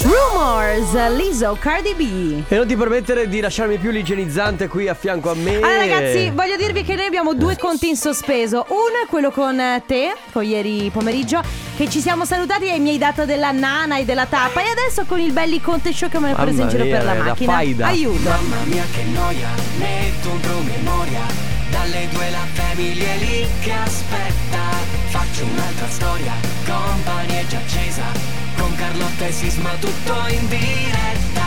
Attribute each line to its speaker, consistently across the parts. Speaker 1: Rumors, Lizzo, Cardi B.
Speaker 2: E non ti permettere di lasciarmi più l'igienizzante qui a fianco a me.
Speaker 1: Allora ragazzi, voglio dirvi che noi abbiamo
Speaker 2: Eh.
Speaker 1: due conti in sospeso. Uno è quello con te, con ieri pomeriggio, che ci siamo salutati e mi hai dato della nana e della tappa. E adesso con il belli Conte Show che me l'ho
Speaker 2: Mamma
Speaker 1: preso in giro
Speaker 2: mia,
Speaker 1: per la
Speaker 2: la
Speaker 1: macchina.
Speaker 2: faida.
Speaker 1: Aiuto.
Speaker 3: Mamma mia che noia, metto un promemoria Dalle due la famiglia è lì che aspetta Faccio un'altra storia, compagnie già accesa Con Carlotta e Sisma tutto in diretta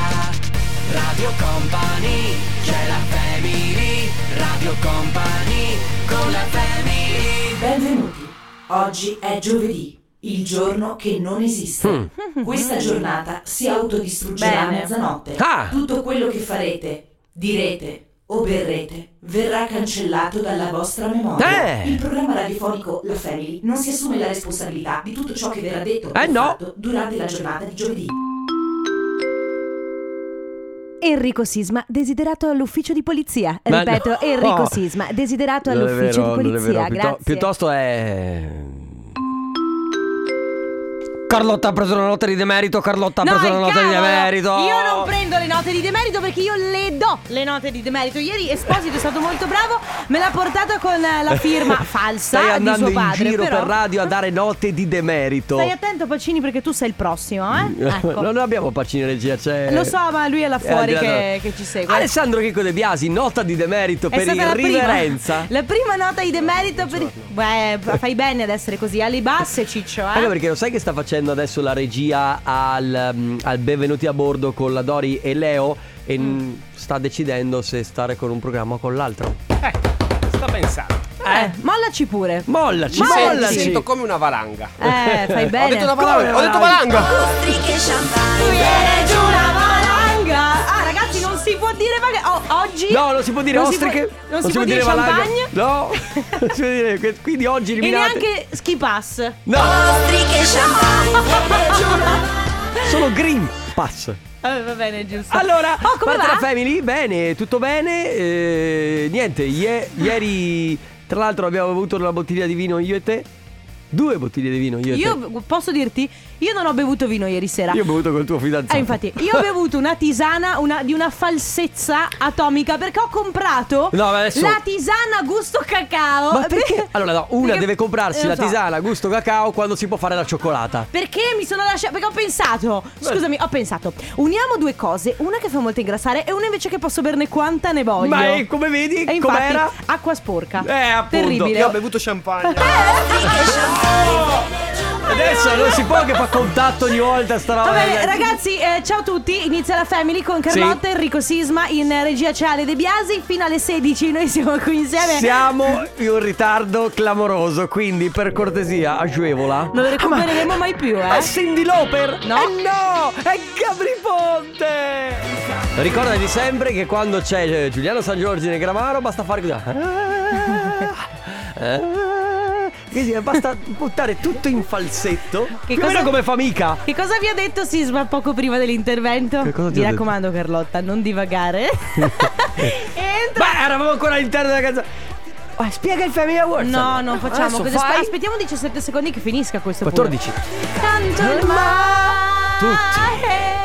Speaker 3: Radio Company, c'è la family Radio Company, con la family
Speaker 4: Benvenuti. Oggi è giovedì, il giorno che non esiste.
Speaker 2: Hmm.
Speaker 4: Questa giornata si autodistruggerà a
Speaker 1: Bene.
Speaker 4: mezzanotte.
Speaker 2: Ah!
Speaker 4: Tutto quello che farete, direte o berrete verrà cancellato dalla vostra memoria.
Speaker 2: Eh!
Speaker 4: Il programma radiofonico La Family non si assume la responsabilità di tutto ciò che verrà detto
Speaker 2: Eh
Speaker 4: o
Speaker 2: no!
Speaker 4: fatto durante la giornata di giovedì.
Speaker 1: Enrico Sisma, desiderato all'ufficio di polizia.
Speaker 2: Ma
Speaker 1: Ripeto,
Speaker 2: no. Oh.
Speaker 1: Enrico Sisma, desiderato
Speaker 2: Non è
Speaker 1: all'ufficio
Speaker 2: vero,
Speaker 1: di
Speaker 2: non è
Speaker 1: polizia.
Speaker 2: vero. Piutto-
Speaker 1: Grazie.
Speaker 2: piuttosto è. Carlotta ha preso la nota di demerito. Carlotta ha
Speaker 1: No,
Speaker 2: preso la nota di
Speaker 1: cavolo!
Speaker 2: demerito.
Speaker 1: Io non prendo le note di demerito perché io le do le note di demerito. Ieri Esposito è stato molto bravo, me l'ha portata con eh, la firma falsa
Speaker 2: Stai
Speaker 1: di
Speaker 2: andando
Speaker 1: suo padre.
Speaker 2: in giro
Speaker 1: però...
Speaker 2: per radio a dare note di demerito.
Speaker 1: Stai attento Pacini perché tu sei il prossimo, eh? Ecco.
Speaker 2: non abbiamo Pacini Regia, c'è.
Speaker 1: Lo so, ma lui è là
Speaker 2: Eh,
Speaker 1: fuori
Speaker 2: della-
Speaker 1: che, che ci segue.
Speaker 2: Alessandro Chicco De Biasi, nota di demerito
Speaker 1: È
Speaker 2: per
Speaker 1: stata la
Speaker 2: irriverenza.
Speaker 1: prima, la prima nota di demerito per... Beh, fai bene ad essere così, ali basse ciccio, eh?
Speaker 2: Anche perché lo sai che sta facendo adesso la regia al, mm, al Benvenuti a bordo con la Dori e Leo e mm, sta decidendo se stare con un programma o con l'altro.
Speaker 5: Eh, sto pensando.
Speaker 1: Eh, mollaci pure.
Speaker 2: Mollaci,
Speaker 1: Ma-
Speaker 5: Senti,
Speaker 2: mollaci.
Speaker 5: sento come una valanga.
Speaker 1: Eh, fai bene.
Speaker 5: Ho detto una
Speaker 2: Come
Speaker 5: valanga. Ho detto
Speaker 2: valanga?
Speaker 5: valanga.
Speaker 1: Tu viene giù la valanga. Ah, ragazzi, non si può dire valanga. Oh, oggi
Speaker 2: No, non si può dire
Speaker 1: non si
Speaker 2: ostriche.
Speaker 1: può- non si può dire
Speaker 2: valanga.
Speaker 1: champagne.
Speaker 2: No, non si può dire. que- Quindi oggi
Speaker 1: e
Speaker 2: eliminate.
Speaker 1: neanche ski pass.
Speaker 2: No, sono green pass.
Speaker 1: Eh, va bene, giusto.
Speaker 2: Allora,
Speaker 1: oh, come
Speaker 2: parte
Speaker 1: va?
Speaker 2: la family, bene, tutto bene. eh, niente, ie- ieri, tra l'altro, abbiamo avuto una bottiglia di vino io e te. Due bottiglie di vino io e te.
Speaker 1: Io posso dirti, io non ho bevuto vino ieri sera.
Speaker 2: Io ho bevuto col tuo fidanzato.
Speaker 1: Eh, infatti, io ho bevuto una tisana una- di una falsezza atomica perché ho comprato
Speaker 2: No, ma adesso-
Speaker 1: la tisana gusto cacao.
Speaker 2: Ma perché? Allora, no, una
Speaker 1: Perché-
Speaker 2: deve comprarsi
Speaker 1: eh,
Speaker 2: la
Speaker 1: lo so.
Speaker 2: tisana gusto cacao quando si può fare la cioccolata.
Speaker 1: Perché mi sono lasciata? Perché ho pensato. Scusami, ho pensato. Uniamo due cose: una che fa molto ingrassare e una invece che posso berne quanta ne voglio.
Speaker 2: Ma eh, come vedi,
Speaker 1: E infatti,
Speaker 2: com'era?
Speaker 1: acqua sporca.
Speaker 2: Eh, appunto.
Speaker 1: Terribile.
Speaker 5: Io ho bevuto champagne.
Speaker 2: Adesso non si può che fa contatto ogni volta sta roba.
Speaker 1: Va bene, ragazzi, eh, ciao a tutti. Inizia la Family con Carlotta, Enrico Sisma, in eh, regia c'è Ale De Biasi. Fino alle 16 noi siamo qui insieme.
Speaker 2: Siamo in un ritardo clamoroso, quindi per cortesia, agevola.
Speaker 1: Non lo recupereremo mai più,
Speaker 2: È
Speaker 1: eh.
Speaker 2: Cindy Loper?
Speaker 1: No.
Speaker 2: Eh no! È Gabri Ponte! Ricordati sempre che quando c'è eh, Giuliano San Giorgio nel Gramaro basta fare così. Ah, ah. Quindi basta buttare tutto in falsetto.
Speaker 1: Che
Speaker 2: più o meno
Speaker 1: cosa-
Speaker 2: come fa mica.
Speaker 1: Che cosa vi ha detto Sisma poco prima dell'intervento?
Speaker 2: Che cosa ti
Speaker 1: Mi
Speaker 2: ho
Speaker 1: raccomando, Carlotta, non divagare. Entra.
Speaker 2: Beh, eravamo ancora all'interno della canzone. Ma spiega il Family Awards.
Speaker 1: No,
Speaker 2: allora.
Speaker 1: non facciamo
Speaker 2: Adesso
Speaker 1: così. Aspe-
Speaker 2: fai
Speaker 1: Aspettiamo 17 secondi che finisca questo
Speaker 2: 14.
Speaker 1: pure. Tanto il mare.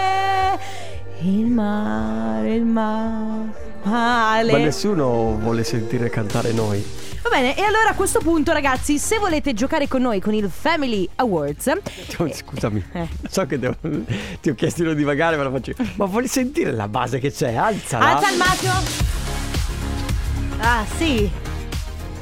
Speaker 1: Il mare, il Ah, mare.
Speaker 2: Ma nessuno vuole sentire cantare noi.
Speaker 1: Va bene, e allora a questo punto, ragazzi, se volete giocare con noi con il Family Awards,
Speaker 2: Cioè, Scusami,
Speaker 1: eh.
Speaker 2: so che devo- ti ho chiesto di non divagare, ma lo faccio. Ma vuoi sentire la base che c'è? Alzala.
Speaker 1: alza il macio. Ah, sì.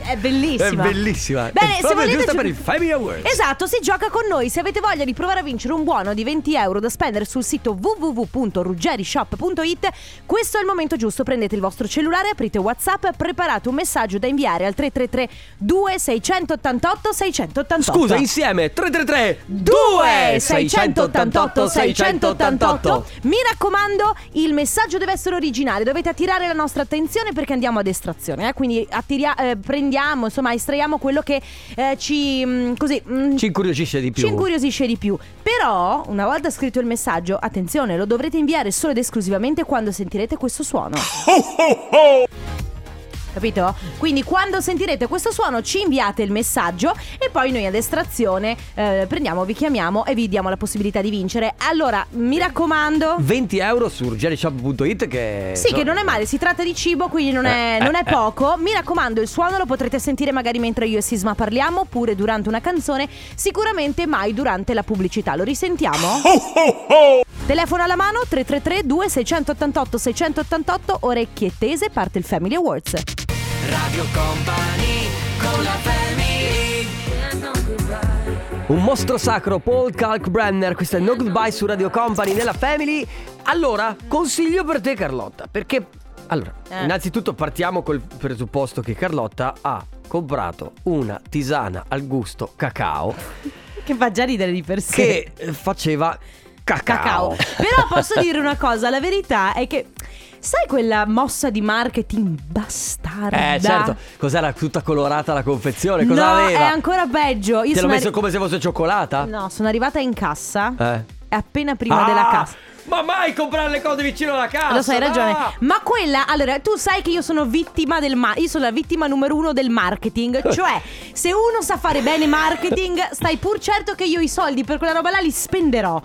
Speaker 1: È
Speaker 2: È
Speaker 1: bellissima.
Speaker 2: bellissima.
Speaker 1: Bene,
Speaker 2: è
Speaker 1: se
Speaker 2: proprio
Speaker 1: volete
Speaker 2: giusta
Speaker 1: gio-
Speaker 2: per il Family Awards.
Speaker 1: Esatto, si gioca con noi. Se avete voglia di provare a vincere un buono di 20 euro da spendere sul sito www.ruggerishop.it, questo è il momento giusto. Prendete il vostro cellulare, aprite WhatsApp, preparate un messaggio da inviare al 333 2688 688.
Speaker 2: Scusa, insieme 333
Speaker 1: 2 688 688 Mi raccomando, il messaggio deve essere originale, dovete attirare la nostra attenzione perché andiamo ad estrazione, eh? quindi attiria- eh, prendiamo, insomma, estraiamo quello che eh, ci mm, così mm,
Speaker 2: Ci incuriosisce di più.
Speaker 1: ci incuriosisce di più. Però, una volta scritto il messaggio, attenzione, lo dovrete inviare solo ed esclusivamente quando sentirete questo suono. capito? Quindi quando sentirete questo suono ci inviate il messaggio e poi noi ad estrazione eh, prendiamo, vi chiamiamo e vi diamo la possibilità di vincere. Allora, mi raccomando.
Speaker 2: 20 euro su jerryshop.it che...
Speaker 1: Sì, che non è male, si tratta di cibo, quindi non è,
Speaker 2: Esatto. Eh,
Speaker 1: non è
Speaker 2: eh, eh.
Speaker 1: poco. Mi raccomando, il suono lo potrete sentire magari mentre io e Sisma parliamo, oppure durante una canzone, sicuramente mai durante la pubblicità. Lo risentiamo? Telefono alla mano 333 2688 688 orecchie tese, parte il Family Awards.
Speaker 3: Radio Company con la family
Speaker 2: Un mostro sacro, Paul Kalkbrenner, questo è No Goodbye su Radio Company nella Family. Allora, consiglio per te Carlotta, perché... Allora,
Speaker 1: Eh.
Speaker 2: innanzitutto partiamo col presupposto che Carlotta ha comprato una tisana al gusto cacao
Speaker 1: Che fa già ridere di per sé.
Speaker 2: che eh, faceva cacao.
Speaker 1: Cacao. Però posso dire una cosa, la verità è che sai quella mossa di marketing bastarda?
Speaker 2: Eh certo, cos'era tutta colorata la confezione? Cosa
Speaker 1: no,
Speaker 2: aveva?
Speaker 1: è ancora peggio. Io
Speaker 2: Te l'ho
Speaker 1: sono
Speaker 2: messo
Speaker 1: arri-
Speaker 2: come se fosse cioccolata?
Speaker 1: No, sono arrivata in cassa.
Speaker 2: Esatto. Eh.
Speaker 1: Appena prima
Speaker 2: Ah,
Speaker 1: della cassa. Ah,
Speaker 2: Ma mai comprare le cose vicino alla casa?
Speaker 1: Lo sai, hai
Speaker 2: no!
Speaker 1: ragione. Ma quella, allora, tu sai che io sono vittima del ma- Io sono la vittima numero uno del marketing. Cioè, se uno sa fare bene marketing, stai pur certo che io i soldi per quella roba là li spenderò.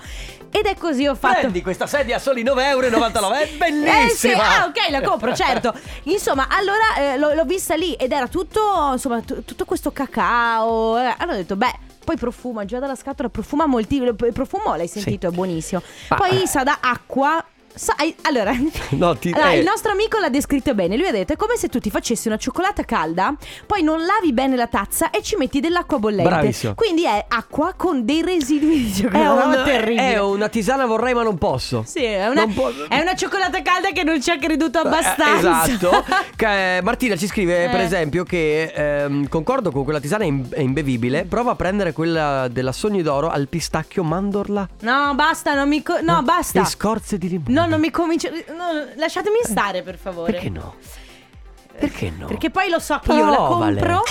Speaker 1: Ed è così ho fatto.
Speaker 2: Prendi questa sedia a soli 9,99 euro,
Speaker 1: Eh
Speaker 2: è
Speaker 1: sì, ah
Speaker 2: bellissima!
Speaker 1: ok la compro certo Insomma allora eh, l'ho, l'ho vista lì ed era tutto insomma tu- tutto questo cacao eh. Allora ho detto beh poi profuma già dalla scatola profuma moltissimo Il profumo l'hai sentito è buonissimo
Speaker 2: Ma- eh.
Speaker 1: Poi sa da acqua sa- ai- allora,
Speaker 2: No, ti-
Speaker 1: allora,
Speaker 2: eh.
Speaker 1: il nostro amico l'ha descritto bene. Lui ha detto: è come se tu ti facessi una cioccolata calda, poi non lavi bene la tazza e ci metti dell'acqua bollente.
Speaker 2: Bravissimo.
Speaker 1: Quindi è acqua con dei residui di
Speaker 2: È,
Speaker 1: cioccolata.
Speaker 2: un-
Speaker 1: terribile.
Speaker 2: è una tisana vorrei ma non posso.
Speaker 1: Sì, è una,
Speaker 2: Non può-
Speaker 1: è una cioccolata calda che non ci ha creduto
Speaker 2: Eh,
Speaker 1: abbastanza.
Speaker 2: Esatto. Che, eh, Martina ci scrive, per
Speaker 1: Eh.
Speaker 2: esempio, che ehm, concordo con quella tisana im- è imbevibile. Prova a prendere quella della Sogni d'Oro al pistacchio mandorla
Speaker 1: No, basta, non mi. co- no, basta.
Speaker 2: e scorze di limone.
Speaker 1: No, non mi comincio. no, lasciatemi stare, per favore.
Speaker 2: Perché no? Perché no?
Speaker 1: Perché poi lo so che io la
Speaker 2: Provale.
Speaker 1: compro.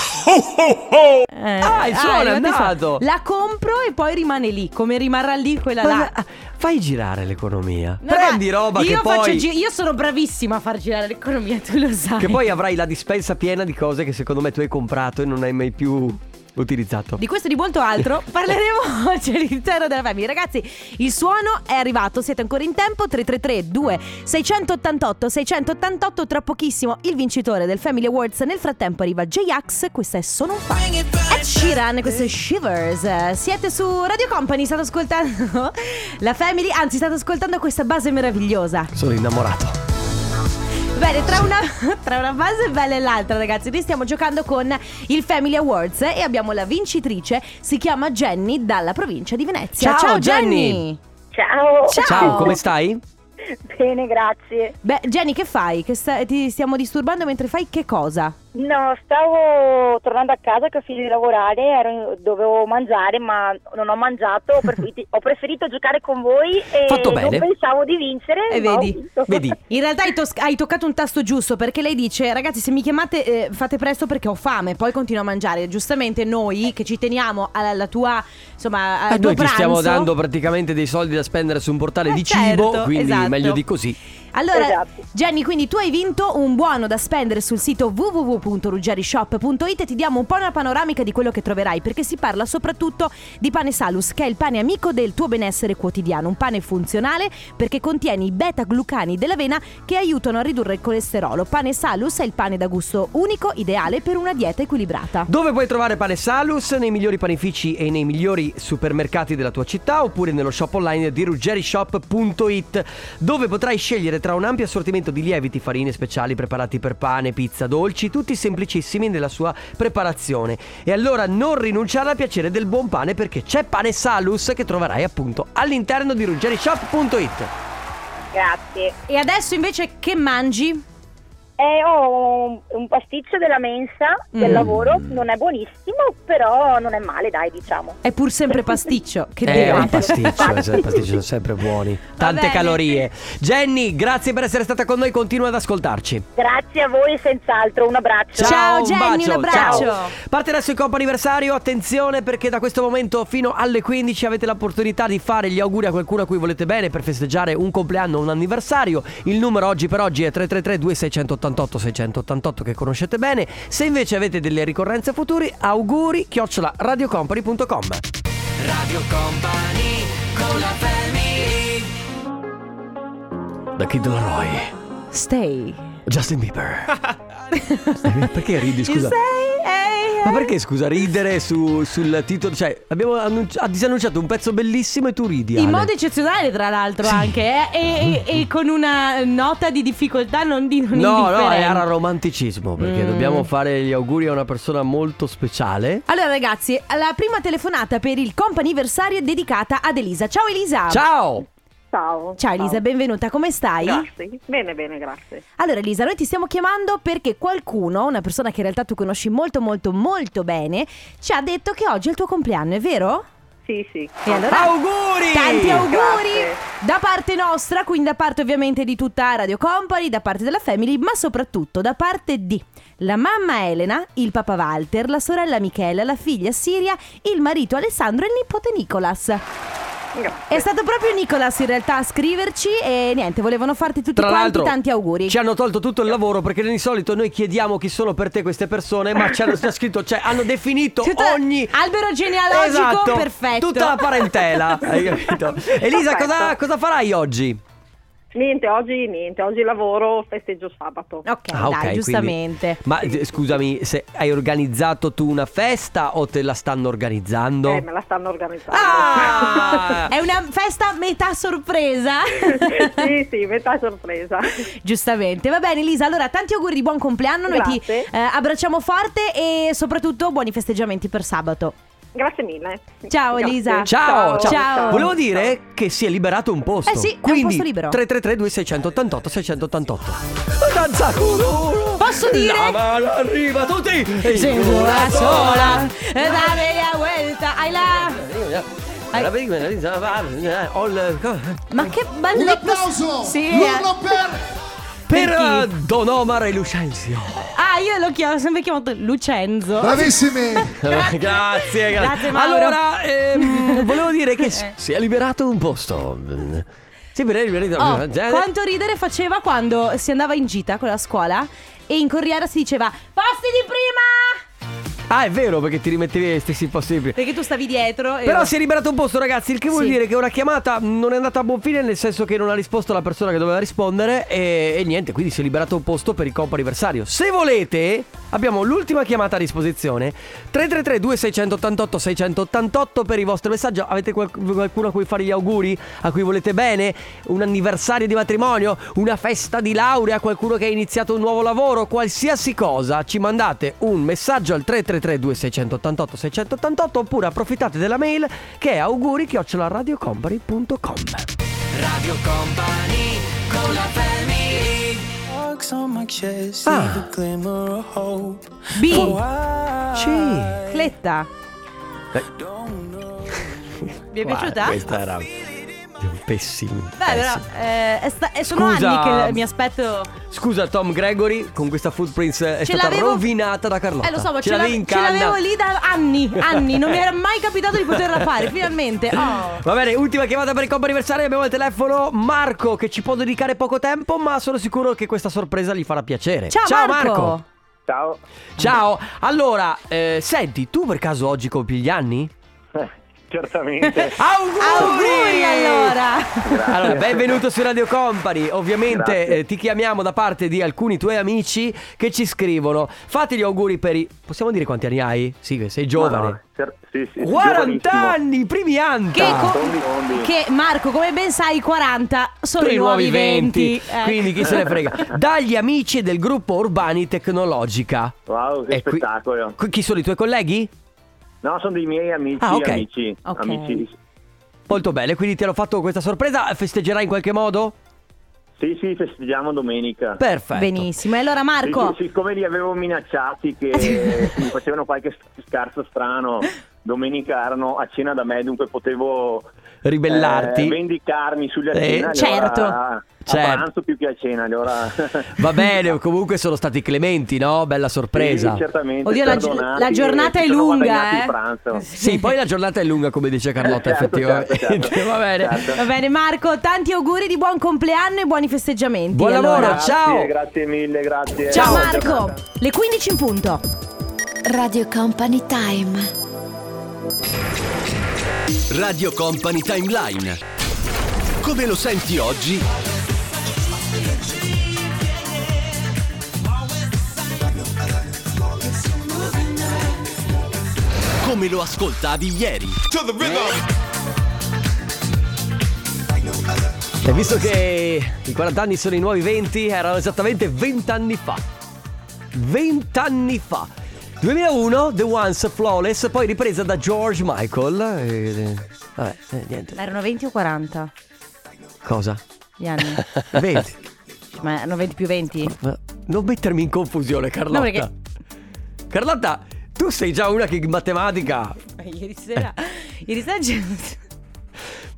Speaker 1: Eh,
Speaker 2: Ah, il suono
Speaker 1: arrivato il
Speaker 2: è
Speaker 1: suono.
Speaker 2: andato.
Speaker 1: La compro e poi rimane lì. Come rimarrà lì quella
Speaker 2: Ma-
Speaker 1: là.
Speaker 2: ma- fai girare l'economia.
Speaker 1: No,
Speaker 2: Prendi
Speaker 1: ma
Speaker 2: roba
Speaker 1: io
Speaker 2: che
Speaker 1: faccio
Speaker 2: poi
Speaker 1: gi- io sono bravissima a far girare l'economia, tu lo sai.
Speaker 2: Che poi avrai la dispensa piena di cose che secondo me tu hai comprato e non hai mai più utilizzato.
Speaker 1: Di questo e di molto altro parleremo oggi all'interno della famiglia. Ragazzi, il suono è arrivato, siete ancora in tempo. 333 2 688 688 tra pochissimo il vincitore del Family Awards. Nel frattempo arriva J-Ax, questa è Sono un fan. Ed Sheeran, questo è Shivers. Siete su Radio Company, state ascoltando la Family, anzi state ascoltando questa base meravigliosa.
Speaker 2: Sono innamorato.
Speaker 1: Bene, tra una, tra una base bella e l'altra, ragazzi, noi stiamo giocando con il Family Awards e abbiamo la vincitrice, si chiama Jenny dalla provincia di Venezia.
Speaker 2: Ciao, Jenny.
Speaker 6: Ciao.
Speaker 1: Ciao. Eh,
Speaker 2: Ciao, come stai?
Speaker 6: Bene, grazie.
Speaker 1: Beh, Jenny, che fai? Che sta- ti stiamo disturbando mentre fai che cosa?
Speaker 6: No, stavo tornando a casa che ho finito di lavorare, ero in- dovevo mangiare, ma non ho mangiato, ho preferito, ho preferito giocare con voi e
Speaker 2: Fatto bene.
Speaker 6: non pensavo di vincere.
Speaker 1: E
Speaker 6: ma ho
Speaker 1: vedi,
Speaker 6: vinto.
Speaker 2: Vedi,
Speaker 1: In realtà hai, tos- hai toccato un tasto giusto perché lei dice ragazzi se mi chiamate eh, fate presto perché ho fame, poi continuo a mangiare. Giustamente noi che ci teniamo alla, alla tua insomma... al
Speaker 2: Eh, noi
Speaker 1: tuo
Speaker 2: ti stiamo
Speaker 1: pranzo-
Speaker 2: dando praticamente dei soldi da spendere su un portale
Speaker 1: Eh,
Speaker 2: di
Speaker 1: certo,
Speaker 2: cibo, quindi
Speaker 1: esatto.
Speaker 2: meglio di così.
Speaker 1: Allora,
Speaker 6: Esatto.
Speaker 1: Jenny, quindi tu hai vinto un buono da spendere sul sito www.ruggerishop.it e ti diamo un po' una panoramica di quello che troverai, perché si parla soprattutto di pane salus, che è il pane amico del tuo benessere quotidiano, un pane funzionale perché contiene i beta-glucani dell'avena che aiutano a ridurre il colesterolo. Pane salus è il pane da gusto unico, ideale per una dieta equilibrata.
Speaker 2: Dove puoi trovare pane Salus? Nei migliori panifici e nei migliori supermercati della tua città oppure nello shop online di ruggerishop.it dove potrai scegliere tra un ampio assortimento di lieviti, farine speciali preparati per pane, pizza, dolci, tutti semplicissimi nella sua preparazione. E allora non rinunciare al piacere del buon pane perché c'è pane Salus che troverai appunto all'interno di ruggerishop.it.
Speaker 6: Grazie.
Speaker 1: E adesso invece che mangi?
Speaker 6: Eh, ho un, un pasticcio della mensa del
Speaker 1: Mm.
Speaker 6: lavoro, non è buonissimo, però non è male, dai, diciamo.
Speaker 1: È pur sempre pasticcio, che
Speaker 2: Eh,
Speaker 1: dire.
Speaker 2: ma i pasticcio,
Speaker 6: Infatti.
Speaker 2: eh, i pasticci sono sempre buoni. Tante
Speaker 1: bene.
Speaker 2: calorie. Jenny, grazie per essere stata con noi, continua ad ascoltarci.
Speaker 6: Grazie a voi senz'altro, un abbraccio.
Speaker 1: Ciao,
Speaker 2: un
Speaker 1: Jenny,
Speaker 2: bacio,
Speaker 1: un abbraccio.
Speaker 2: ciao. Parte adesso il compo anniversario, attenzione perché da questo momento fino alle 15 avete l'opportunità di fare gli auguri a qualcuno a cui volete bene per festeggiare un compleanno, un anniversario. Il numero oggi per oggi è 333 2688 388 688 che conoscete bene. Se invece avete delle ricorrenze future, auguri chiocciola radiocompany.com.
Speaker 3: Radio Company con la family
Speaker 2: Da Kid Laroi,
Speaker 1: Stay.
Speaker 2: Justin Bieber. Eh, perché ridi,
Speaker 1: You
Speaker 2: scusa?
Speaker 1: say, hey, hey.
Speaker 2: Ma perché scusa ridere su- sul titolo? Cioè, abbiamo annunci- ha disannunciato un pezzo bellissimo e tu ridi.
Speaker 1: In
Speaker 2: Ale.
Speaker 1: modo eccezionale, tra l'altro, anche. eh, E, e- e con una nota di difficoltà non di non
Speaker 2: No, no,
Speaker 1: indifferente.
Speaker 2: era romanticismo perché
Speaker 1: Mm.
Speaker 2: dobbiamo fare gli auguri a una persona molto speciale.
Speaker 1: Allora, ragazzi, la prima telefonata per il comp'anniversario è dedicata ad Elisa. Ciao, Elisa.
Speaker 2: Ciao!
Speaker 6: Ciao.
Speaker 1: Ciao, Elisa, benvenuta, come stai?
Speaker 6: Grazie. Bene, bene, grazie.
Speaker 1: Allora Elisa, noi ti stiamo chiamando perché qualcuno, una persona che in realtà tu conosci molto molto molto bene, ci ha detto che oggi è il tuo compleanno, è vero?
Speaker 6: Sì, sì.
Speaker 1: E allora
Speaker 2: Auguri!
Speaker 1: tanti auguri
Speaker 6: Grazie.
Speaker 1: da parte nostra, quindi da parte ovviamente di tutta Radio Company, da parte della Family, ma soprattutto da parte di la mamma Elena, il papà Walter, la sorella Michela, la figlia Siria, il marito Alessandro e il nipote Nicolas. È stato proprio Nicolas in realtà a scriverci e niente, volevano farti tutti
Speaker 2: Tra
Speaker 1: quanti
Speaker 2: l'altro,
Speaker 1: tanti auguri.
Speaker 2: ci hanno tolto tutto il lavoro perché di solito noi chiediamo chi sono per te queste persone, ma ci hanno già scritto, cioè hanno definito
Speaker 1: Tutta-
Speaker 2: ogni
Speaker 1: albero genealogico
Speaker 2: Esatto,
Speaker 1: perfetto.
Speaker 2: Tutta la parentela, hai capito? Elisa, cosa, cosa farai oggi?
Speaker 6: Niente, oggi niente, oggi lavoro, festeggio sabato.
Speaker 1: Ok,
Speaker 2: Ah, ok,
Speaker 1: dai,
Speaker 2: quindi-
Speaker 1: giustamente.
Speaker 2: Ma eh, scusami, se hai organizzato tu una festa o te la stanno organizzando?
Speaker 6: Eh, me la stanno organizzando.
Speaker 2: Ah!
Speaker 1: È una festa metà sorpresa.
Speaker 6: sì, sì, metà sorpresa.
Speaker 1: Giustamente. Va bene, Elisa. Allora, tanti auguri di buon compleanno. Noi ti
Speaker 6: Grazie.
Speaker 1: eh, abbracciamo forte e soprattutto buoni festeggiamenti per sabato.
Speaker 6: Grazie mille.
Speaker 1: Ciao,
Speaker 6: Grazie.
Speaker 1: Elisa.
Speaker 2: Ciao, ciao,
Speaker 1: Ciao.
Speaker 2: Volevo dire che si è liberato un posto.
Speaker 1: Eh sì, è un
Speaker 2: Quindi,
Speaker 1: posto libero.
Speaker 2: 333 2688 688. Danza con uno.
Speaker 1: Posso dire?
Speaker 2: La mano arriva a tutti. E
Speaker 1: dame la vuelta. Hai la.
Speaker 2: La prima, la prima, la prima, ho il-
Speaker 1: Ma che balletto. Un applauso. Sì. eh.
Speaker 2: Per
Speaker 1: Per chi?
Speaker 2: eh, Don Omar e Lucenzio.
Speaker 1: Ah, io l'ho chiam- sempre chiamato Lucenzo.
Speaker 2: Grazie, grazie.
Speaker 1: Grazie, Mauro. Eh.
Speaker 2: allora, ehm, volevo dire che s- si è liberato un posto. Sì, per lei è liberato.
Speaker 1: Oh, quanto ridere faceva quando si andava in gita con la scuola e in corriera si diceva posti di prima!
Speaker 2: Ah, è vero, perché ti rimettevi ai stessi posti di prima.
Speaker 1: Perché tu stavi dietro. E
Speaker 2: Però si è liberato un posto, ragazzi, il che vuol
Speaker 1: Sì.
Speaker 2: dire che una chiamata non è andata a buon fine, nel senso che non ha risposto la persona che doveva rispondere e, e niente, quindi si è liberato un posto per il compo anniversario. Se volete, abbiamo l'ultima chiamata a disposizione. 333 2688 688 per i vostri messaggi. Avete qual- qualcuno a cui fare gli auguri? A cui volete bene? Un anniversario di matrimonio? Una festa di laurea? Qualcuno che ha iniziato un nuovo lavoro? Qualsiasi cosa, ci mandate un messaggio al 333 2688 688 oppure approfittate della mail che è auguri
Speaker 3: Radio Company con la family
Speaker 2: Ah,
Speaker 1: B. Ah,
Speaker 2: sì.
Speaker 1: Cletta. Mi è piaciuta?
Speaker 2: Questa era pessima.
Speaker 1: Beh, però, eh, è sta- eh, sono
Speaker 2: Scusa.
Speaker 1: anni che mi aspetto.
Speaker 2: Scusa Tom Gregory, con questa footprints è
Speaker 1: Ce
Speaker 2: stata
Speaker 1: l'avevo-
Speaker 2: rovinata da Carlotta.
Speaker 1: Eh, lo so, ma
Speaker 2: ce,
Speaker 1: ce, la-
Speaker 2: l'avevi in
Speaker 1: ce l'avevo
Speaker 2: canna.
Speaker 1: lì da anni, anni. Non mi era mai capitato di poterla fare, finalmente. Oh.
Speaker 2: Va bene, ultima chiamata per il compo anniversario. Abbiamo al telefono Marco che ci può dedicare poco tempo, ma sono sicuro che questa sorpresa gli farà piacere.
Speaker 1: Ciao,
Speaker 2: Marco.
Speaker 1: Marco.
Speaker 7: Ciao.
Speaker 2: Ciao. Allora, eh, senti, tu per caso oggi compi gli anni?
Speaker 7: Certamente.
Speaker 2: Auguri!
Speaker 1: Auguri allora.
Speaker 2: Allora, benvenuto su Radio Company. Ovviamente
Speaker 7: Grazie.
Speaker 2: eh, ti chiamiamo da parte di alcuni tuoi amici che ci scrivono. Fatti gli auguri per i. Possiamo dire quanti anni hai? Sì, che sei giovane.
Speaker 7: No, no, cer- sì, sì,
Speaker 2: 40
Speaker 7: giovanissimo.
Speaker 2: anni, i primi anni.
Speaker 1: Che, co-
Speaker 7: Ondi, ondi.
Speaker 1: che, Marco, come ben sai, i 40 sono i nuovi 20. Eh.
Speaker 2: Quindi chi se ne frega. Dagli amici del gruppo Urbani Tecnologica.
Speaker 7: Wow, che
Speaker 2: E qui-
Speaker 7: spettacolo.
Speaker 2: qui- chi sono i tuoi colleghi?
Speaker 7: No, sono dei miei amici,
Speaker 2: Ah, ok.
Speaker 7: amici,
Speaker 1: Ok.
Speaker 7: amici.
Speaker 2: Molto bene, quindi ti hanno fatto questa sorpresa. Festeggerai in qualche modo?
Speaker 7: Sì, sì, festeggiamo domenica.
Speaker 2: Perfetto.
Speaker 1: Benissimo. E allora, Marco,
Speaker 7: Sì, sì, siccome li avevo minacciati che mi facevano qualche scherzo strano, domenica erano a cena da me, dunque potevo
Speaker 2: ribellarti.
Speaker 7: eh, vendicarmi sugli
Speaker 2: Eh,
Speaker 7: accena.
Speaker 1: certo.
Speaker 7: Allora,
Speaker 2: Certo.
Speaker 7: A pranzo più che a cena, allora.
Speaker 2: Va bene, comunque sono stati clementi, no? Bella sorpresa.
Speaker 7: Sì, certo. certamente.
Speaker 1: Oddio, la gi-
Speaker 7: perdonati,
Speaker 1: la giornata
Speaker 7: eh,
Speaker 1: è
Speaker 7: ci sono
Speaker 1: lunga,
Speaker 7: guadagnati il
Speaker 1: eh.
Speaker 7: pranzo.
Speaker 2: Sì, poi la giornata è lunga, come dice Carlotta,
Speaker 7: Eh, certo,
Speaker 2: effettivamente.
Speaker 7: certo, certo.
Speaker 2: Va bene.
Speaker 7: Certo.
Speaker 1: Va bene Marco, tanti auguri di buon compleanno e buoni festeggiamenti.
Speaker 2: Buon lavoro,
Speaker 1: allora.
Speaker 2: ciao. Ciao.
Speaker 7: Grazie, grazie mille, grazie.
Speaker 1: Ciao
Speaker 7: Buona
Speaker 1: Marco,
Speaker 7: giornata.
Speaker 1: le 15 in punto.
Speaker 8: Radio Company Time.
Speaker 7: Certo.
Speaker 9: Radio Company Timeline. Come lo senti oggi? Come lo ascoltavi ieri?
Speaker 2: E visto che i 40 anni sono i nuovi 20, erano esattamente 20 anni fa. 20 anni fa. 2001, The Once Flawless, poi ripresa da George Michael. e- vabbè, eh, niente.
Speaker 1: Ma erano 20 o 40
Speaker 2: Cosa?
Speaker 1: gli anni?
Speaker 2: 20.
Speaker 1: Ma erano 20 più 20?
Speaker 2: Ma non mettermi in confusione, Carlotta.
Speaker 1: No, perché-
Speaker 2: Carlotta, tu sei già una che in matematica.
Speaker 1: Ieri sera, ieri sera c'è-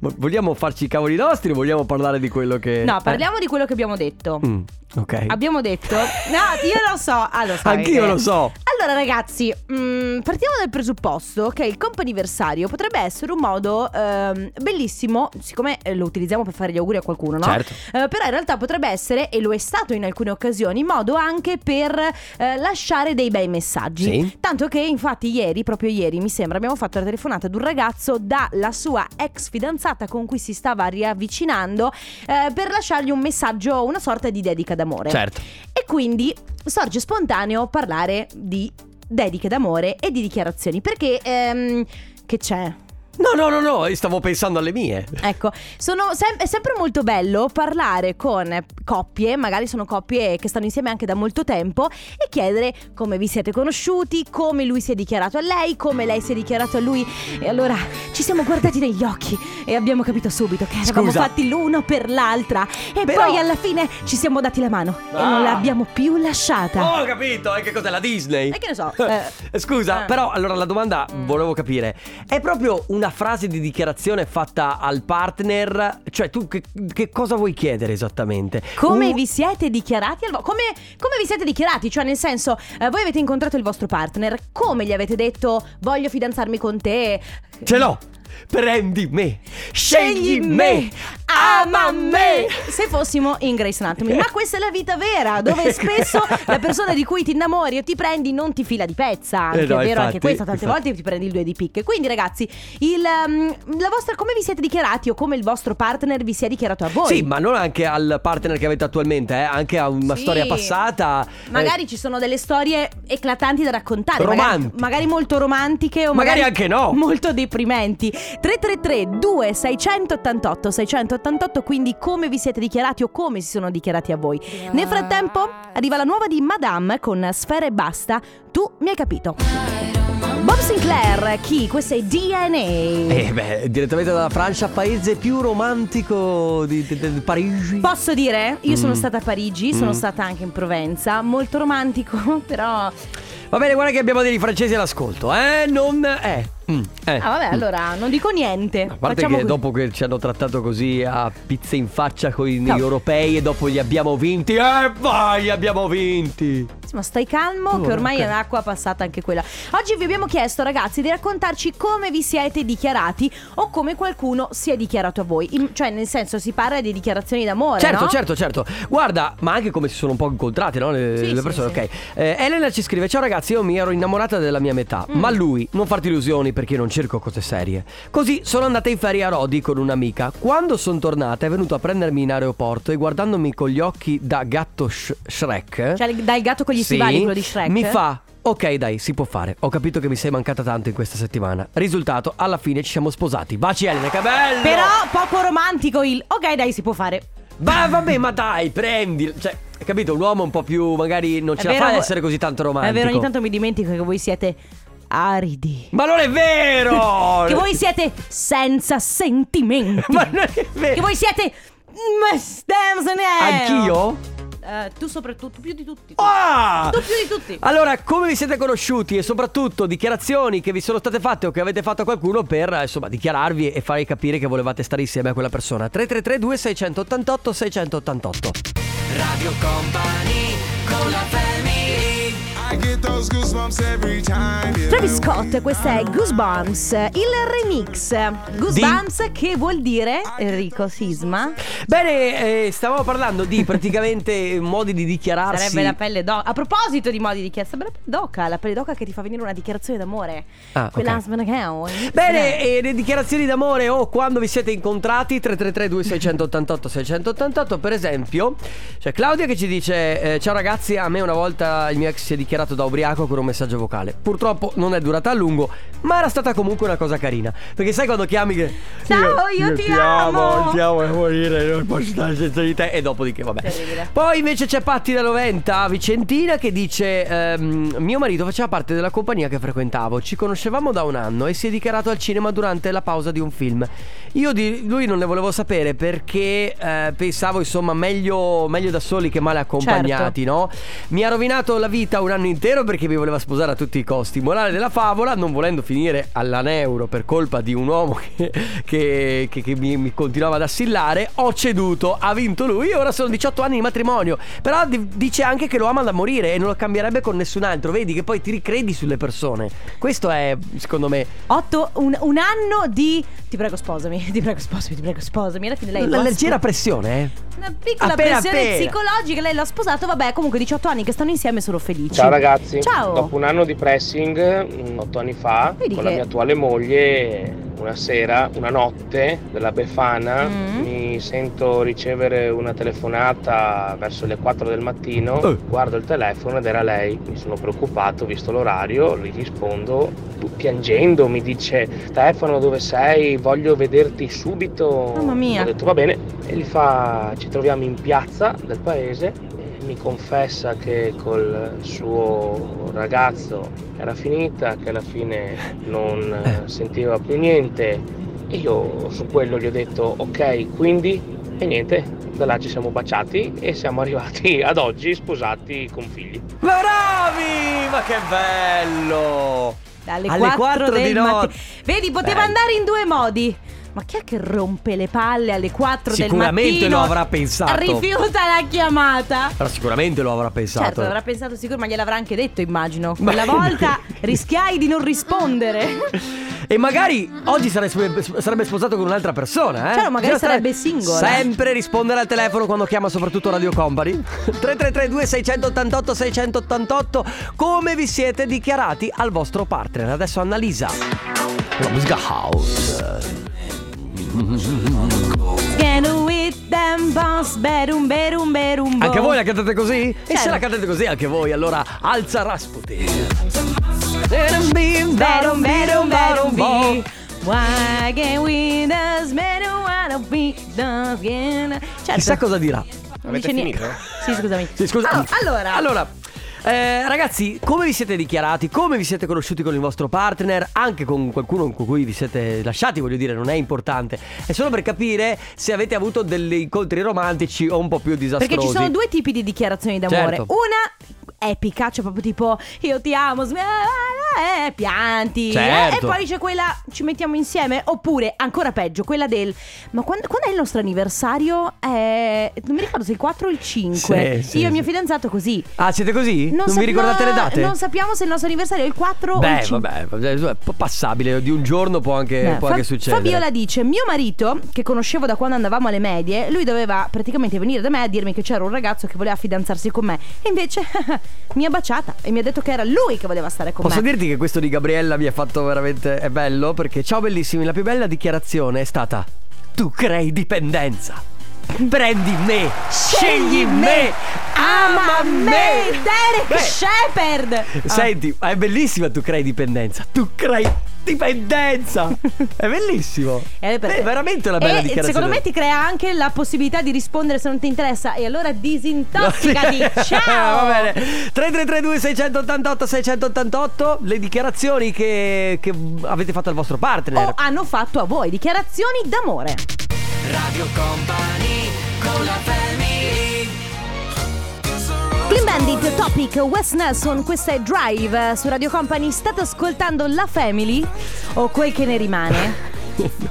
Speaker 2: Ma Vogliamo farci i cavoli nostri o vogliamo parlare di quello che.
Speaker 1: No,
Speaker 2: eh?
Speaker 1: parliamo di quello che abbiamo detto.
Speaker 2: Mm, ok.
Speaker 1: Abbiamo detto. No, io lo so. Ah, lo sai
Speaker 2: Anch'io
Speaker 1: che-
Speaker 2: lo so.
Speaker 1: Allora, ragazzi, mm, partiamo dal presupposto che il comp'anniversario potrebbe essere un modo ehm, bellissimo, siccome eh, lo utilizziamo per fare gli auguri a qualcuno, no?
Speaker 2: Certo.
Speaker 1: Eh, però in realtà potrebbe essere, e lo è stato in alcune occasioni, modo anche per eh, lasciare dei bei messaggi.
Speaker 2: Sì.
Speaker 1: Tanto che infatti ieri, proprio ieri mi sembra, abbiamo fatto la telefonata ad un ragazzo dalla sua ex fidanzata con cui si stava riavvicinando eh, per lasciargli un messaggio, una sorta di dedica d'amore.
Speaker 2: Certo.
Speaker 1: E quindi sorge spontaneo parlare di dediche d'amore e di dichiarazioni. Perché ehm, che c'è?
Speaker 2: No, no, no, no, io stavo pensando alle mie.
Speaker 1: Ecco, sono sem- è sempre molto bello parlare con coppie, magari sono coppie che stanno insieme anche da molto tempo, e chiedere come vi siete conosciuti, come lui si è dichiarato a lei, come lei si è dichiarato a lui. E allora ci siamo guardati negli occhi e abbiamo capito subito che eravamo
Speaker 2: Scusa.
Speaker 1: fatti l'uno per l'altra. E
Speaker 2: Però-
Speaker 1: poi alla fine ci siamo dati la mano e
Speaker 2: Ah. Oh.
Speaker 1: non l'abbiamo più lasciata.
Speaker 2: Ho capito, e che cos'è la Disney?
Speaker 1: E che ne so, eh. Mm.
Speaker 2: Scusa,
Speaker 1: Ah.
Speaker 2: però allora la domanda volevo capire. È proprio una frase di dichiarazione fatta al partner? Cioè, tu che, che cosa vuoi chiedere esattamente?
Speaker 1: Come
Speaker 2: Un-
Speaker 1: vi siete dichiarati? al vo- Come, come vi siete dichiarati? Cioè, nel senso, eh, voi avete incontrato il vostro partner, come gli avete detto voglio fidanzarmi con te?
Speaker 2: Ce l'ho! Prendi me! Scegli me!
Speaker 1: ama
Speaker 2: Ama
Speaker 1: me.
Speaker 2: me!
Speaker 1: Se fossimo in Grace Anatomy. Ma questa è la vita vera, dove spesso la persona di cui ti innamori o ti prendi non ti fila di pezza. Anche,
Speaker 2: Eh no,
Speaker 1: è vero,
Speaker 2: infatti,
Speaker 1: anche questa, tante
Speaker 2: infatti.
Speaker 1: volte ti prendi il due di picche. Quindi, ragazzi, il, um, la vostra, come vi siete dichiarati o come il vostro partner vi si è dichiarato a voi?
Speaker 2: Sì, ma non anche al partner che avete attualmente, eh, anche a una
Speaker 1: Sì.
Speaker 2: storia passata.
Speaker 1: Magari
Speaker 2: eh,
Speaker 1: ci sono delle storie eclatanti da raccontare. Magari,
Speaker 2: Romantiche.
Speaker 1: magari molto romantiche o
Speaker 2: Magari
Speaker 1: magari,
Speaker 2: anche no.
Speaker 1: Molto deprimenti. 333 2688 688 quindi come vi siete dichiarati o come si sono dichiarati a voi. Nel frattempo arriva la nuova di Madame con Sfere e Basta. Tu mi hai capito. Bob Sinclair, chi? Questo è DNA.
Speaker 2: eh, beh, direttamente dalla Francia, paese più romantico di, di- di Parigi.
Speaker 1: Posso dire? Io
Speaker 2: Mm.
Speaker 1: sono stata a Parigi, sono stata anche in Provenza, molto romantico, però... ah,
Speaker 2: Va bene, guarda che abbiamo dei francesi all'ascolto, eh? Non. Eh. mm, eh.
Speaker 1: Ah vabbè, allora non dico niente.
Speaker 2: A parte
Speaker 1: Facciamo
Speaker 2: che
Speaker 1: così.
Speaker 2: dopo che ci hanno trattato così a pizze in faccia con gli
Speaker 1: No.
Speaker 2: europei e dopo li abbiamo vinti, e poi li abbiamo vinti!
Speaker 1: Ma stai calmo, che
Speaker 2: Oh,
Speaker 1: ormai
Speaker 2: ok.
Speaker 1: è un'acqua passata anche quella. Oggi vi abbiamo chiesto, ragazzi, di raccontarci come vi siete dichiarati o come qualcuno si è dichiarato a voi. In- cioè, nel senso, si parla di dichiarazioni d'amore.
Speaker 2: Certo,
Speaker 1: no?
Speaker 2: certo, certo. Guarda, ma anche come si sono un po' incontrate, no? Le,
Speaker 1: Sì,
Speaker 2: le
Speaker 1: sì,
Speaker 2: persone,
Speaker 1: sì.
Speaker 2: ok. Eh, Elena ci scrive: Ciao ragazzi, io mi ero innamorata della mia metà,
Speaker 1: Mm.
Speaker 2: ma lui, non farti illusioni perché non cerco cose serie. Così sono andata in ferie a Rodi con un'amica. Quando sono tornata, è venuto a prendermi in aeroporto e guardandomi con gli occhi da gatto Sh- Shrek.
Speaker 1: Cioè, dai gatto con gli
Speaker 2: Sì,
Speaker 1: stivali, quello di Shrek.
Speaker 2: Mi fa. Ok, dai, si può fare. Ho capito che mi sei mancata tanto in questa settimana. Risultato, alla fine ci siamo sposati. Baci Elena, che bello!
Speaker 1: Però poco romantico il. Ok, dai, si può fare.
Speaker 2: Ma vabbè, ma dai, prendi. Cioè, hai capito? Un uomo un po' più, magari non
Speaker 1: È
Speaker 2: ce la
Speaker 1: vero,
Speaker 2: fa ad essere così tanto romantico.
Speaker 1: È vero, ogni tanto mi dimentico che voi siete aridi.
Speaker 2: Ma non è vero!
Speaker 1: Che voi siete senza sentimenti.
Speaker 2: Ma non è vero!
Speaker 1: Che voi siete.
Speaker 2: Anch'io?
Speaker 1: Eh, tu soprattutto, più di tutti.
Speaker 2: Ah!
Speaker 1: Tu più di tutti.
Speaker 2: Allora, come vi siete conosciuti e soprattutto dichiarazioni che vi sono state fatte o che avete fatto a qualcuno per eh, insomma dichiararvi e farvi capire che volevate stare insieme a quella persona? 333 2688 688
Speaker 10: Radio Company con la family.
Speaker 11: Travis Scott, questa è Goosebumps, il remix. Goosebumps che vuol dire Enrico Sisma.
Speaker 2: Bene, eh, stavamo parlando di praticamente modi di dichiararsi.
Speaker 1: Sarebbe la pelle d'oca. A proposito di modi di chiesa, sarebbe la pelle d'oca, la pelle d'oca che ti fa venire una dichiarazione d'amore.
Speaker 2: Ah, ok.
Speaker 1: Quell'husband che ho.
Speaker 2: Bene, e le dichiarazioni d'amore o quando vi siete incontrati 333 2688 688 per esempio c'è Claudia che ci dice eh, ciao ragazzi a me una volta il mio ex si è dichiarato da ubriaco con un messaggio vocale purtroppo non è durata a lungo ma era stata comunque una cosa carina perché sai quando chiami che
Speaker 1: Ciao, io ti amo."
Speaker 2: ti amo a morire non posso stare senza di te e dopodiché vabbè
Speaker 1: Terribile.
Speaker 2: poi invece c'è Patti da Noventa, Vicentina, che dice: ehm, Mio marito faceva parte della compagnia che frequentavo. Ci conoscevamo da un anno e si è dichiarato al cinema durante la pausa di un film. Io di lui non ne volevo sapere perché eh, pensavo, insomma, meglio, meglio da soli che male accompagnati,
Speaker 1: Certo.
Speaker 2: no? Mi ha rovinato la vita un anno intero perché mi voleva sposare a tutti i costi. Morale della favola, non volendo finire all'aneuro per colpa di un uomo che, che- che- che mi, mi continuava ad assillare, ho ceduto, ha vinto lui e ora sono 18 anni di matrimonio. Però di- dice anche che lo ama da morire e non lo cambierebbe con nessun altro. Vedi che poi ti ricredi sulle persone. Questo è, secondo me,
Speaker 1: Otto, un, un anno di. Ti prego, sposami, ti prego, sposami, ti prego, sposami. Alla fine lei
Speaker 2: una
Speaker 1: lo ha
Speaker 2: leggera
Speaker 1: spo-
Speaker 2: pressione, eh.
Speaker 1: Una piccola
Speaker 2: Appena,
Speaker 1: pressione
Speaker 2: appena.
Speaker 1: psicologica, lei l'ha sposato, vabbè, comunque 18 anni che stanno insieme e sono felici.
Speaker 12: Ciao ragazzi,
Speaker 1: Ciao.
Speaker 12: dopo un anno di pressing, 8 anni fa,
Speaker 1: Vedi
Speaker 12: con
Speaker 1: che-
Speaker 12: la mia attuale moglie, una sera, una notte della Befana,
Speaker 1: Mm.
Speaker 12: mi sento ricevere una telefonata verso le 4 del mattino,
Speaker 2: Eh.
Speaker 12: guardo il telefono ed era lei, mi sono preoccupato, ho visto l'orario, gli rispondo pu- piangendo, mi dice Stefano dove sei, voglio vederti subito,
Speaker 1: Mamma mia.
Speaker 12: ho detto va bene e gli fa ci troviamo in piazza del paese mi confessa che col suo ragazzo era finita, che alla fine non eh, sentiva più niente e io su quello gli ho detto ok, quindi e niente, da là ci siamo baciati e siamo arrivati ad oggi sposati con figli.
Speaker 2: Ma bravi! Ma che bello!
Speaker 1: Dalle
Speaker 2: Alle
Speaker 1: 4,
Speaker 2: 4
Speaker 1: del
Speaker 2: di
Speaker 1: matti-
Speaker 2: notte.
Speaker 1: Vedi, poteva
Speaker 2: Bello.
Speaker 1: andare in due modi. Ma chi è che rompe le palle alle 4 del mattino?
Speaker 2: Sicuramente lo avrà pensato.
Speaker 1: Rifiuta la chiamata.
Speaker 2: Però sicuramente lo avrà pensato.
Speaker 1: Certo, l'avrà pensato sicuro, ma gliel'avrà anche detto, immagino.
Speaker 2: Esatto. Ma-
Speaker 1: Quella volta rischiai di non rispondere.
Speaker 2: E magari oggi sare- sarebbe sposato con un'altra persona, eh?
Speaker 1: Cioè, magari
Speaker 2: Bisogna stare-
Speaker 1: sarebbe single.
Speaker 2: Sempre rispondere al telefono quando chiama, soprattutto Radio Company. 3332 688 688 Come vi siete dichiarati al vostro partner? Adesso Annalisa. La musica house.
Speaker 1: Can with them boss, berum berum berum bo.
Speaker 2: Anche voi la cantate così? E se
Speaker 1: Certo.
Speaker 2: la cantate così anche voi, allora alza Rasputin.
Speaker 1: Berum berum berum be. Why can we us berum wanna be the skin? Certo.
Speaker 2: Chissà cosa dirà.
Speaker 1: non
Speaker 13: Avete
Speaker 1: dice niente.
Speaker 13: finito?
Speaker 1: Sì, scusami.
Speaker 2: Sì, scusa.
Speaker 1: Ah, allora.
Speaker 2: Allora, eh, ragazzi, come vi siete dichiarati? Come vi siete conosciuti con il vostro partner? Anche con qualcuno con cui vi siete lasciati, voglio dire, non è importante. È solo per capire se avete avuto degli incontri romantici o un po' più disastrosi.
Speaker 1: Perché ci sono due tipi di dichiarazioni d'amore.
Speaker 2: Certo.
Speaker 1: Una epica, cioè proprio tipo io ti amo, sm- eh, pianti. eh,
Speaker 2: Certo.
Speaker 1: e poi c'è quella ci mettiamo insieme. Oppure ancora peggio, quella del ma quando, quando è il nostro anniversario? Eh, non mi ricordo se il 4 o il 5.
Speaker 2: Sì, sì,
Speaker 1: io e mio
Speaker 2: sì.
Speaker 1: fidanzato così.
Speaker 2: Ah, siete così? Non,
Speaker 1: sap-
Speaker 2: vi ricordate
Speaker 1: no,
Speaker 2: le date?
Speaker 1: Non sappiamo se il nostro anniversario è il 4 o il
Speaker 2: Beh,
Speaker 1: 5.
Speaker 2: vabbè, è passabile, di un giorno può anche,
Speaker 1: Beh,
Speaker 2: può
Speaker 1: Fa-
Speaker 2: anche succedere.
Speaker 1: Fabiola dice: Mio marito, che conoscevo da quando andavamo alle medie, lui doveva praticamente venire da me a dirmi che c'era un ragazzo che voleva fidanzarsi con me. E invece mi ha baciata e mi ha detto che era lui che voleva stare con
Speaker 2: Posso
Speaker 1: me.
Speaker 2: dirti che questo di Gabriella mi ha fatto veramente è bello perché ciao bellissimi, la più bella dichiarazione è stata tu crei dipendenza. Prendi me, scegli me, ama me.
Speaker 1: Derek
Speaker 2: Beh,
Speaker 1: Shepard!
Speaker 2: Senti, ma è bellissima tu crei dipendenza. Tu crei dipendenza. È bellissimo.
Speaker 1: Eh, perché-
Speaker 2: È veramente una bella
Speaker 1: e
Speaker 2: dichiarazione.
Speaker 1: Secondo me ti crea anche la possibilità di rispondere se non ti interessa. E allora disintossicati. Ciao!
Speaker 2: Va bene. 3332 688 688 le dichiarazioni che, che avete fatto al vostro partner.
Speaker 1: O hanno fatto a voi dichiarazioni d'amore.
Speaker 10: Radio Company con la family.
Speaker 1: Bandit Topic West Nelson, questa è Drive eh, su Radio Company. State ascoltando la Family o quel che ne rimane?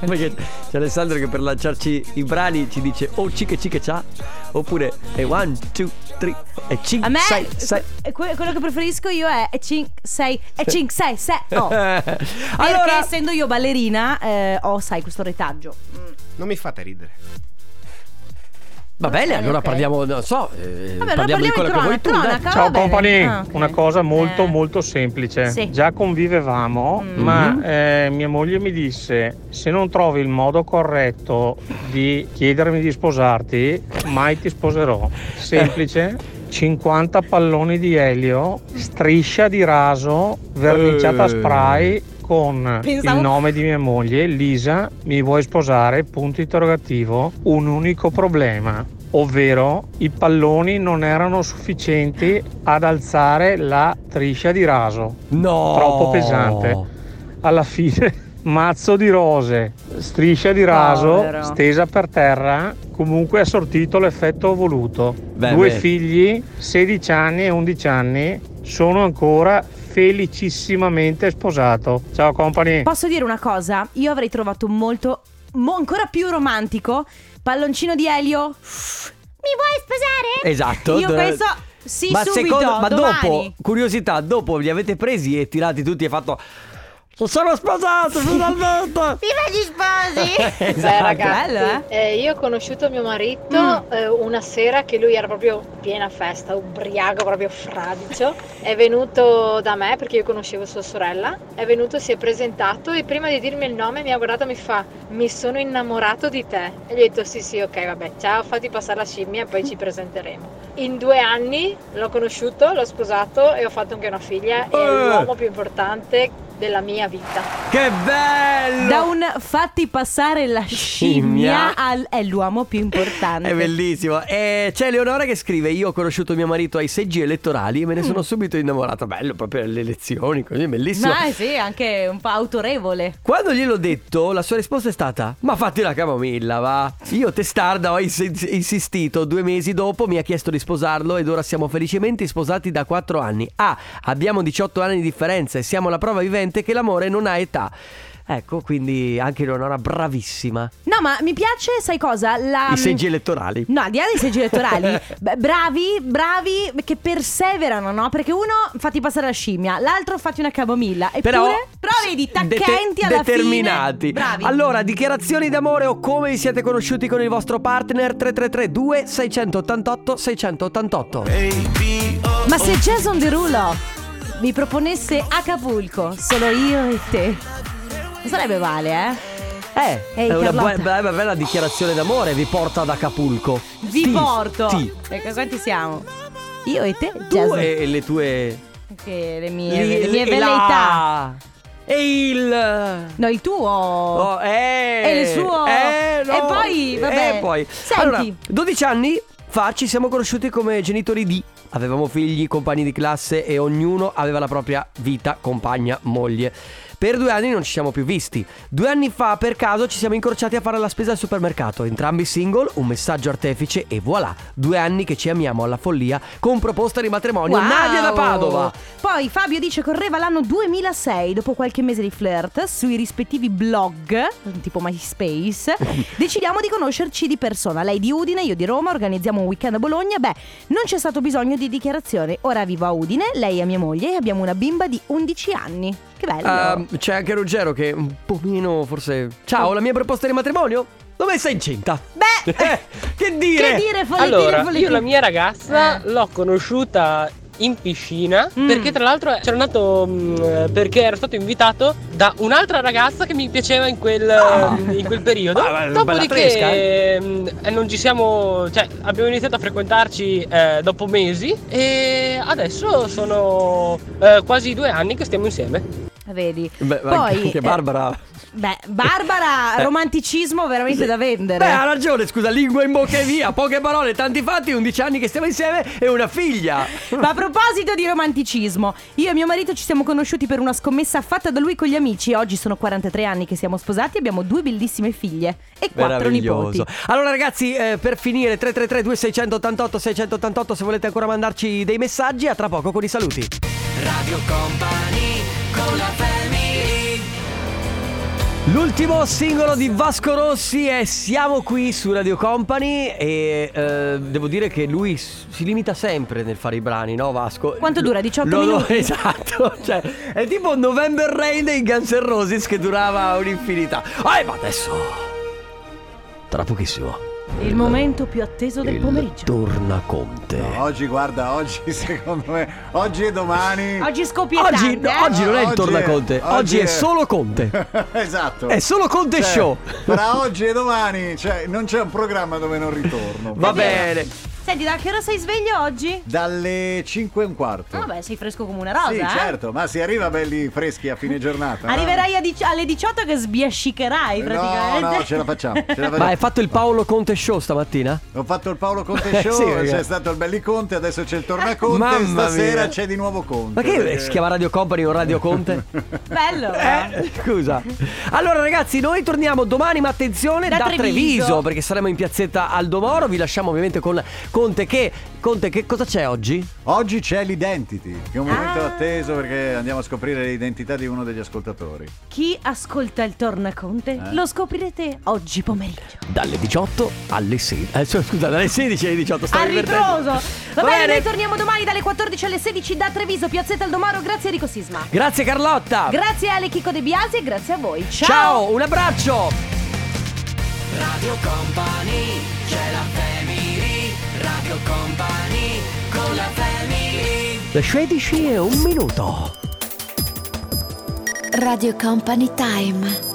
Speaker 2: Perché c'è Alessandro che per lanciarci i brani ci dice oh ciche ciche ciao oppure e one, two, three, e cinque,
Speaker 1: A me
Speaker 2: sei, sei.
Speaker 1: que- que- quello che preferisco io è 5 6 e 5 6 6. Oh. Perché
Speaker 2: allora,
Speaker 1: essendo io ballerina eh, ho sai questo retaggio.
Speaker 5: Non mi fate ridere.
Speaker 2: va bene, allora parliamo, non so, eh,
Speaker 1: Vabbè, allora
Speaker 2: parliamo
Speaker 1: parliamo
Speaker 2: di quello
Speaker 1: di
Speaker 2: che vuoi tu.
Speaker 1: cronaca,
Speaker 2: dai.
Speaker 1: cronaca.
Speaker 12: Ciao
Speaker 1: va bene.
Speaker 12: company,
Speaker 1: Ah, ok.
Speaker 12: una cosa molto
Speaker 1: Eh.
Speaker 12: molto semplice.
Speaker 1: Sì.
Speaker 12: Già convivevamo,
Speaker 1: Mm.
Speaker 12: ma eh, mia moglie mi disse se non trovi il modo corretto di chiedermi di sposarti, mai ti sposerò. Semplice. 50 palloni di elio, striscia di raso,
Speaker 1: Eh.
Speaker 12: verniciata a spray con
Speaker 1: Pensavo-
Speaker 12: il nome di mia moglie, Lisa, mi vuoi sposare? Punto interrogativo, un unico problema, ovvero i palloni non erano sufficienti ad alzare la striscia di raso,
Speaker 2: No.
Speaker 12: troppo pesante. Alla fine mazzo di rose, striscia di raso
Speaker 1: Povero.
Speaker 12: stesa per terra, comunque ha sortito l'effetto voluto.
Speaker 2: Beh,
Speaker 12: Due
Speaker 2: beh.
Speaker 12: figli, 16 anni e 11 anni, sono ancora felicissimamente sposato. Ciao company.
Speaker 1: Posso dire una cosa? Io avrei trovato molto mo- ancora più romantico palloncino di Elio. Mi vuoi sposare?
Speaker 2: Esatto.
Speaker 1: Io
Speaker 2: do-
Speaker 1: questo sì
Speaker 2: ma
Speaker 1: subito,
Speaker 2: secondo- ma
Speaker 1: domani.
Speaker 2: dopo, curiosità, dopo li avete presi e tirati tutti e fatto sono sposato finalmente.
Speaker 14: Viva gli sposi!
Speaker 2: Esatto.
Speaker 15: Beh, ragazzi,
Speaker 1: Bello,
Speaker 15: eh, io ho conosciuto mio marito eh, una sera che lui era proprio piena festa, ubriaco, proprio fradicio. È venuto da me perché io conoscevo sua sorella. È venuto, si è presentato e prima di dirmi il nome mi ha guardato e mi fa: Mi sono innamorato di te. E gli ho detto: Sì, sì, ok, vabbè, ciao, fatti passare la scimmia e poi ci presenteremo. In due anni l'ho conosciuto, l'ho sposato e ho fatto anche una figlia. E
Speaker 2: Eh.
Speaker 14: è l'uomo più importante della mia vita.
Speaker 2: Che bello!
Speaker 1: Da un fatti passare la
Speaker 2: Scimmia.
Speaker 1: scimmia al- è l'uomo più importante.
Speaker 2: È bellissimo. E c'è Leonora che scrive: Io ho conosciuto mio marito ai seggi elettorali e me ne sono subito innamorata. Bello, proprio alle elezioni, così bellissimo.
Speaker 1: Ma sì, anche un po' autorevole.
Speaker 2: Quando gliel'ho detto, la sua risposta è stata: Ma fatti la camomilla, va. Io, testarda, ho ins- insistito. Due mesi dopo mi ha chiesto di sposarlo ed ora siamo felicemente sposati da quattro anni. Ah, abbiamo 18 anni di differenza e siamo la prova vivente che l'amore non ha età. Ecco, quindi anche Leonora, bravissima.
Speaker 1: No, ma mi piace, sai cosa? La,
Speaker 2: I seggi elettorali.
Speaker 1: No, al di là dei seggi elettorali, beh, bravi, bravi che perseverano, no? Perché uno fatti passare la scimmia, l'altro fatti una camomilla. Eppure,
Speaker 2: Però,
Speaker 1: però vedi, tacchenti
Speaker 2: dete-
Speaker 1: alla
Speaker 2: determinati.
Speaker 1: fine. Bravi.
Speaker 2: Allora, dichiarazioni d'amore o come vi siete conosciuti con il vostro partner 333 2688 688.
Speaker 1: Eh. Ma se Jason Derulo vi proponesse Acapulco, solo io e te, non sarebbe male, eh?
Speaker 2: Eh,
Speaker 1: Ehi,
Speaker 2: è una
Speaker 1: Carlotta.
Speaker 2: bue- bella, bella dichiarazione d'amore, vi porta ad Acapulco.
Speaker 1: Vi
Speaker 2: Ti-
Speaker 1: porto.
Speaker 2: ti.
Speaker 1: Ecco, quanti siamo? Io e te,
Speaker 2: Tu
Speaker 1: Jason.
Speaker 2: e le tue
Speaker 1: Che le mie,
Speaker 2: Li-
Speaker 1: le mie
Speaker 2: la-
Speaker 1: veleità.
Speaker 2: E il
Speaker 1: No, il tuo.
Speaker 2: Oh, eh,
Speaker 1: E il suo-
Speaker 2: eh, no.
Speaker 1: e poi, vabbè.
Speaker 2: E poi.
Speaker 1: Senti.
Speaker 2: Allora, 12 anni fa ci siamo conosciuti come genitori di. Avevamo figli, compagni di classe e ognuno aveva la propria vita, compagna, moglie. Per due anni non ci siamo più visti. Due anni fa, per caso, ci siamo incrociati a fare la spesa al supermercato. Entrambi single, un messaggio artefice e voilà. Due anni che ci amiamo alla follia con proposta di matrimonio.
Speaker 1: Wow.
Speaker 2: Nadia da Padova.
Speaker 1: Poi Fabio dice correva l'anno 2006, dopo qualche mese di flirt sui rispettivi blog, tipo MySpace, decidiamo di conoscerci di persona. Lei di Udine, io di Roma, organizziamo un weekend a Bologna. Beh, non c'è stato bisogno di dichiarazione. Ora vivo a Udine, lei è mia moglie e abbiamo una bimba di 11 anni. Che bello.
Speaker 2: Ehm, c'è anche Ruggero che un pomino forse... Ciao,
Speaker 1: Oh.
Speaker 2: la mia proposta di matrimonio? Dove sei incinta?
Speaker 1: Beh,
Speaker 2: Eh, che dire?
Speaker 1: che dire, follettine,
Speaker 16: Allora, io
Speaker 1: follettine.
Speaker 16: la mia ragazza l'ho conosciuta in piscina
Speaker 1: Mm.
Speaker 16: perché tra l'altro c'ero andato mm, eh, perché ero stato invitato da un'altra ragazza che mi piaceva in quel, mm, in quel periodo.
Speaker 2: Ah, bella fresca,
Speaker 16: Dopodiché mm, eh, non ci siamo, cioè abbiamo iniziato a frequentarci eh, dopo mesi e adesso sono eh, quasi due anni che stiamo insieme.
Speaker 1: Vedi.
Speaker 2: Beh,
Speaker 1: Poi,
Speaker 2: anche
Speaker 1: eh,
Speaker 2: Barbara.
Speaker 1: Beh, Barbara,
Speaker 2: Eh.
Speaker 1: romanticismo veramente da vendere.
Speaker 2: Beh, ha ragione, scusa, lingua in bocca e via, poche parole, tanti fatti, 11 anni che stiamo insieme e una figlia.
Speaker 1: Ma a proposito di romanticismo, io e mio marito ci siamo conosciuti per una scommessa fatta da lui con gli amici. Oggi sono 43 anni che siamo sposati, abbiamo due bellissime figlie e quattro nipoti.
Speaker 2: Meraviglioso. Allora ragazzi, eh, per finire 333 2688 688 se volete ancora mandarci dei messaggi, a tra poco con i saluti.
Speaker 17: Radio Company con la family
Speaker 2: L'ultimo singolo di Vasco Rossi è Siamo qui su Radio Company e eh, devo dire che lui s- si limita sempre nel fare i brani, no Vasco?
Speaker 1: Quanto dura? 18
Speaker 2: Lo- lo-
Speaker 1: minuti?
Speaker 2: Esatto, cioè è tipo November Rain dei Guns N' Roses che durava un'infinità. Ah, e ma adesso tra pochissimo
Speaker 1: Il momento più atteso del pomeriggio.
Speaker 2: torna Conte.
Speaker 3: Oggi, guarda, oggi secondo me, oggi e domani.
Speaker 1: Oggi scoppiettante.
Speaker 2: Oggi, no,
Speaker 1: eh?
Speaker 2: oggi non è il
Speaker 3: Oggi-
Speaker 2: tornaconte, oggi,
Speaker 3: oggi
Speaker 2: è
Speaker 3: è-
Speaker 2: solo Conte.
Speaker 3: esatto.
Speaker 2: È solo Conte
Speaker 3: Cioè,
Speaker 2: Show.
Speaker 3: Tra oggi e domani, cioè, non c'è un programma dove non ritorno.
Speaker 2: Va bene.
Speaker 1: Senti, da che ora sei sveglio oggi?
Speaker 3: Dalle 5 e un quarto.
Speaker 1: Vabbè, sei fresco come una rosa.
Speaker 3: sì,
Speaker 1: eh?
Speaker 3: certo, ma si arriva belli freschi a fine giornata. no?
Speaker 1: Arriverai a dici- alle 18 che sbiascicherai praticamente.
Speaker 3: No, no, ce la facciamo. ce la facciamo.
Speaker 2: Ma hai fatto il Paolo Conte Show stamattina? Eh
Speaker 3: Ho fatto il Paolo Conte Show, cioè,
Speaker 2: Sì, ragazzi.
Speaker 3: c'è stato il Belli Conte, adesso c'è il Tornaconte,
Speaker 2: Mamma
Speaker 3: stasera
Speaker 2: mia.
Speaker 3: c'è di nuovo Conte.
Speaker 2: Ma che
Speaker 3: perché-
Speaker 2: si chiama Radio Company o Radio Conte?
Speaker 1: Bello.
Speaker 2: Eh, scusa. Allora ragazzi, noi torniamo domani, ma attenzione da,
Speaker 1: Da
Speaker 2: Treviso.
Speaker 1: Treviso.
Speaker 2: perché saremo in piazzetta Aldo Moro. Vi lasciamo ovviamente con Conte che Conte che cosa c'è oggi?
Speaker 3: Oggi c'è l'identity, che è un momento atteso perché andiamo a scoprire l'identità di uno degli ascoltatori.
Speaker 1: Chi ascolta il tornaconte
Speaker 3: Eh.
Speaker 1: lo scoprirete oggi pomeriggio.
Speaker 2: Dalle 18 alle 16. Eh, scusa, dalle 16 alle 18
Speaker 1: Al
Speaker 2: stavo divertendo.
Speaker 1: ritroso. Va
Speaker 2: Va
Speaker 1: bene,
Speaker 2: bene.
Speaker 1: noi torniamo domani dalle 14 alle 16 da Treviso, Piazzetta Aldomaro. Grazie a Rico Sisma.
Speaker 2: Grazie Carlotta.
Speaker 1: Grazie a Ale Chico De Biasi e grazie a voi.
Speaker 2: Ciao, un abbraccio.
Speaker 17: Radio Company c'è la family Radio Company con la family
Speaker 2: Le 16 e un minuto.
Speaker 8: Radio Company Time.